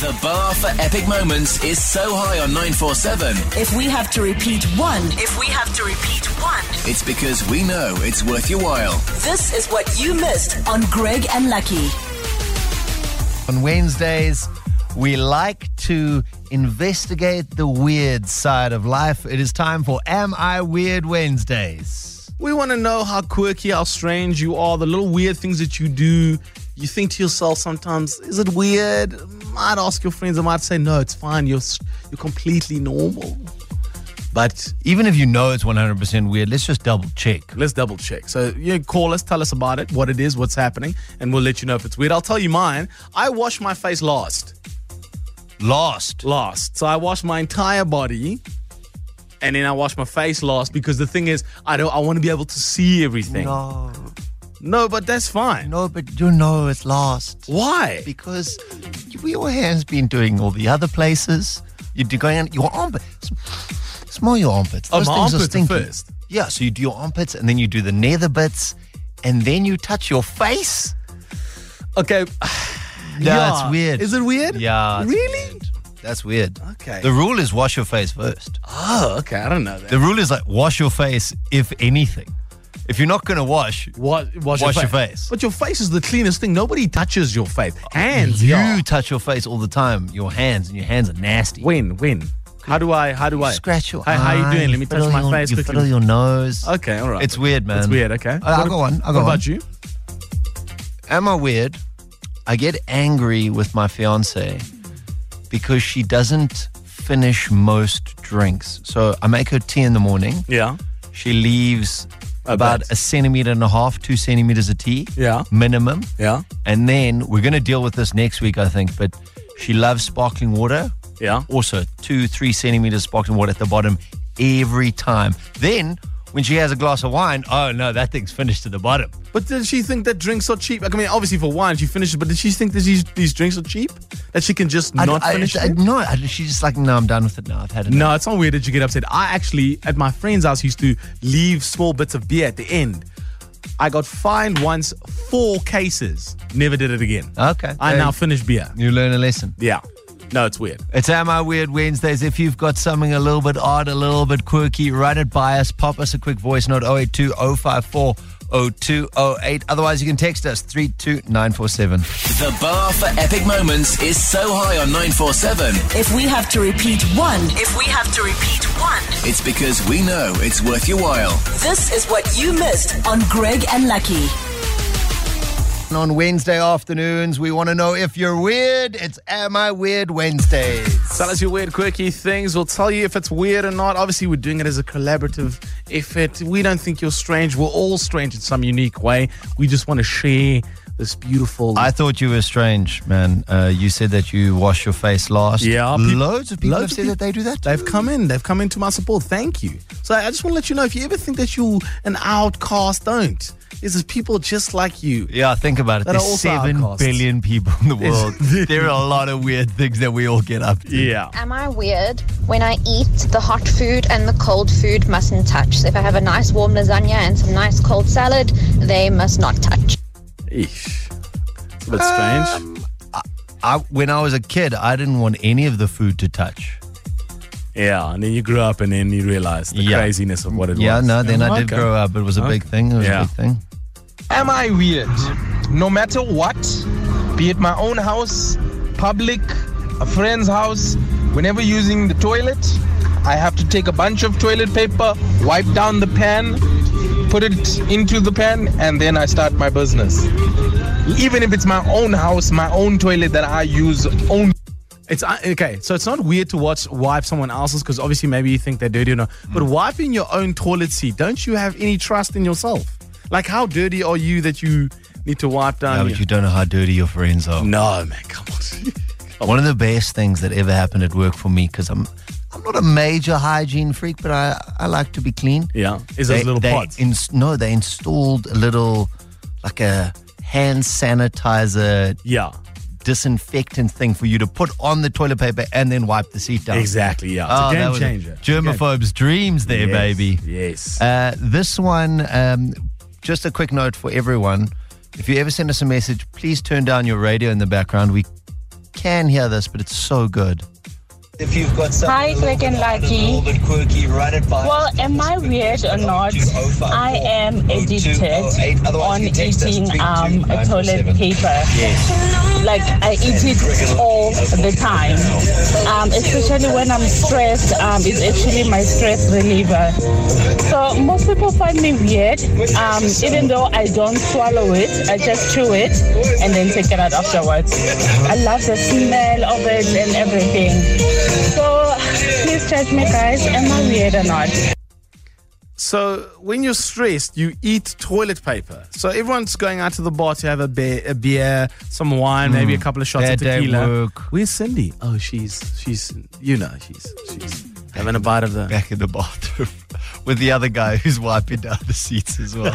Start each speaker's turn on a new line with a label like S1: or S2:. S1: The bar for epic moments is so high on 947,
S2: If we have to repeat one,
S3: If we have to repeat one,
S1: it's because we know it's worth your while.
S2: this is what you missed on Greg and Lucky.
S4: On Wednesdays, we like to investigate the weird side of life. It is time for Am I Weird Wednesdays?
S5: We want to know how quirky, how strange you are, the little weird things that you do. You think to yourself sometimes, is it weird? Might ask your friends, I might say, no, it's fine. You're s- you're completely normal. But
S4: Even if you know it's 100% weird, let's just double check.
S5: let's double check. So you call us, tell us about it, what it is, what's happening, and we'll let you know if it's weird. I'll tell you mine. I wash my face last.
S4: Lost.
S5: last. So I wash my entire body and then I wash my face last because the thing is I don't I want to be able to see everything. No,
S4: No,
S5: but that's fine.
S4: no, but you know it's lost.
S5: Why?
S4: Because your hand's been doing all the other places. You're going on your armpit. Smell your armpits.
S5: Oh, my
S4: things are
S5: armpits are
S4: stinky.
S5: first.
S4: Yeah, so you do your armpits and then you do the nether bits and then you touch your face.
S5: Okay.
S4: Yeah, it's weird.
S5: Is it weird?
S4: Yeah. it's
S5: Really?
S4: weird. That's weird.
S5: Okay.
S4: The rule is wash your face first.
S5: Oh, okay. I don't know that.
S4: The rule is like wash your face if anything. If you're not gonna wash,
S5: Wa- wash
S4: Wash your face.
S5: But your face is the cleanest thing. Nobody touches your face. Hands.
S4: you
S5: yeah.
S4: touch your face all the time. Your hands and your hands are nasty.
S5: when? When? How do I? How do I?
S4: Scratch your
S5: How, how you doing? Let me touch
S4: fiddle
S5: my
S4: your-
S5: face
S4: You fiddle
S5: quickly.
S4: your nose.
S5: Okay, all right.
S4: It's weird, man.
S5: It's weird. Okay.
S4: Uh, I'll go on. I'll go
S5: what
S4: on.
S5: about you?
S4: Am I weird? I get angry with my fiance because she doesn't finish most drinks. So I make her tea in the morning.
S5: Yeah.
S4: She leaves
S5: A
S4: about
S5: bit.
S4: a centimeter and a half, two centimeters of tea.
S5: Yeah.
S4: Minimum.
S5: Yeah.
S4: And then we're going to deal with this next week, I think. But she loves sparkling water.
S5: Yeah.
S4: Also, two, three centimeters sparkling water at the bottom every time. Then when she has a glass of wine, oh no, that thing's finished to the bottom.
S5: But did she think that drinks are cheap? Like, I mean, obviously for wine she finishes, but did she think that these these drinks are cheap? That she can just
S4: I-
S5: not
S4: I,
S5: finish
S4: I-
S5: them?
S4: no, I, she's just like, no, I'm done with it now. I've had it.
S5: No, it's not weird that you get upset. I actually at my friend's house used to leave small bits of beer at the end. I got fined once four cases. Never did it again.
S4: Okay.
S5: I
S4: Hey.
S5: now finish beer.
S4: You learn a lesson.
S5: Yeah. No, it's weird.
S4: It's Am I Weird Wednesdays. If you've got something a little bit odd, a little bit quirky, run it by us. Pop us a quick voice note 082 054 0208. Otherwise, you can text us 32947.
S1: The bar for epic moments is so high on 947,
S2: If we have to repeat one,
S3: if we have to repeat one,
S1: it's because we know it's worth your while.
S2: this is what you missed on Greg and Lucky.
S4: And on Wednesday afternoons, we want to know if you're weird. It's Am I Weird Wednesdays.
S5: Tell us your weird, quirky things. We'll tell you if it's weird or not. Obviously, we're doing it as a collaborative effort. We don't think you're strange. We're all strange in some unique way. We just want to share this beautiful.
S4: I thought you were strange, man. Uh, you said that you wash your face last.
S5: Yeah, peop-
S4: Loads of people
S5: loads
S4: have
S5: of
S4: said that
S5: peop-
S4: they do that.
S5: They've come in. They've come into my support. Thank you. So I just want to let you know if you ever think that you're an outcast, don't. Is there's people just like you.
S4: Yeah, think about it.
S5: That are
S4: There's
S5: also
S4: seven billion
S5: outcasts.
S4: people in the world. there are a lot of weird things that we all get up to.
S5: Yeah.
S6: Am I weird when I eat the hot food and the cold food mustn't touch? So if I have a nice warm lasagna and some nice cold salad, they must not touch.
S5: Eesh. It's a bit strange.
S4: Um, I, when I was a kid, I didn't want any of the food to touch.
S5: yeah. And then you grew up and then you realized the
S4: Yeah.
S5: craziness of what it
S4: Yeah,
S5: was.
S4: no, then I did
S5: Okay.
S4: grow up. It was a big thing. It was
S5: Yeah.
S4: a big thing.
S7: Am I weird? No matter what, be it my own house, public, a friend's house, whenever using the toilet, I have to take a bunch of toilet paper, wipe down the pan, put it into the pan, and then I start my business. Even if it's my own house, my own toilet that I use only.
S5: It's uh, okay, so it's not weird to watch wipe someone else's because obviously maybe you think they're dirty or not.
S4: Hmm.
S5: But wiping your own toilet seat, don't you have any trust in yourself? Like, how dirty are you that you need to wipe
S4: Yeah,
S5: down?
S4: but
S5: your-
S4: you don't know how dirty your friends are.
S5: Oh, no, man, come on.
S4: One of the best things that ever happened at work for me, because I'm I'm not a major hygiene freak, but I, I like to be clean.
S5: yeah, is those little
S4: they
S5: pods?
S4: ins- no, they installed a little, like a hand sanitizer
S5: yeah,
S4: disinfectant thing for you to put on the toilet paper and then wipe the seat down.
S5: exactly. Yeah,
S4: Oh, that
S5: it's a game
S4: was
S5: changer.
S4: Germaphobe's dreams there,
S5: Yes,
S4: baby.
S5: Yes.
S4: Uh, this one, um, just a quick note for everyone. If you ever send us a message, please turn down your radio in the background. We can hear this, but it's so good.
S8: If you've got something a
S9: Hi,
S8: little
S9: Greg
S8: bit
S9: and
S8: odd, a
S9: Lucky.
S8: little bit quirky, run it by
S9: Well,
S8: us.
S9: am I weird or not? I am
S8: 0208.
S9: addicted
S8: Otherwise,
S9: on
S8: you can text us
S9: eating um, a
S8: 32947.
S9: toilet paper. Like I eat it all the time, um, especially when I'm stressed. Um, it's actually my stress reliever. So most people find me weird, um, even though I don't swallow it. I just chew it and then take it out afterwards. I love the smell of it and everything. So please judge me, guys. Am I weird or not?
S5: So when you're stressed, you eat toilet paper. So everyone's going out to the bar to have a beer, a beer some wine, maybe a couple of shots
S4: Mm. Bad
S5: of
S4: day at
S5: tequila.
S4: work.
S5: Where's Cindy? Oh, she's she's you know she's she's having a bite of the.
S4: Back in the bathroom with the other guy who's wiping down the seats as well.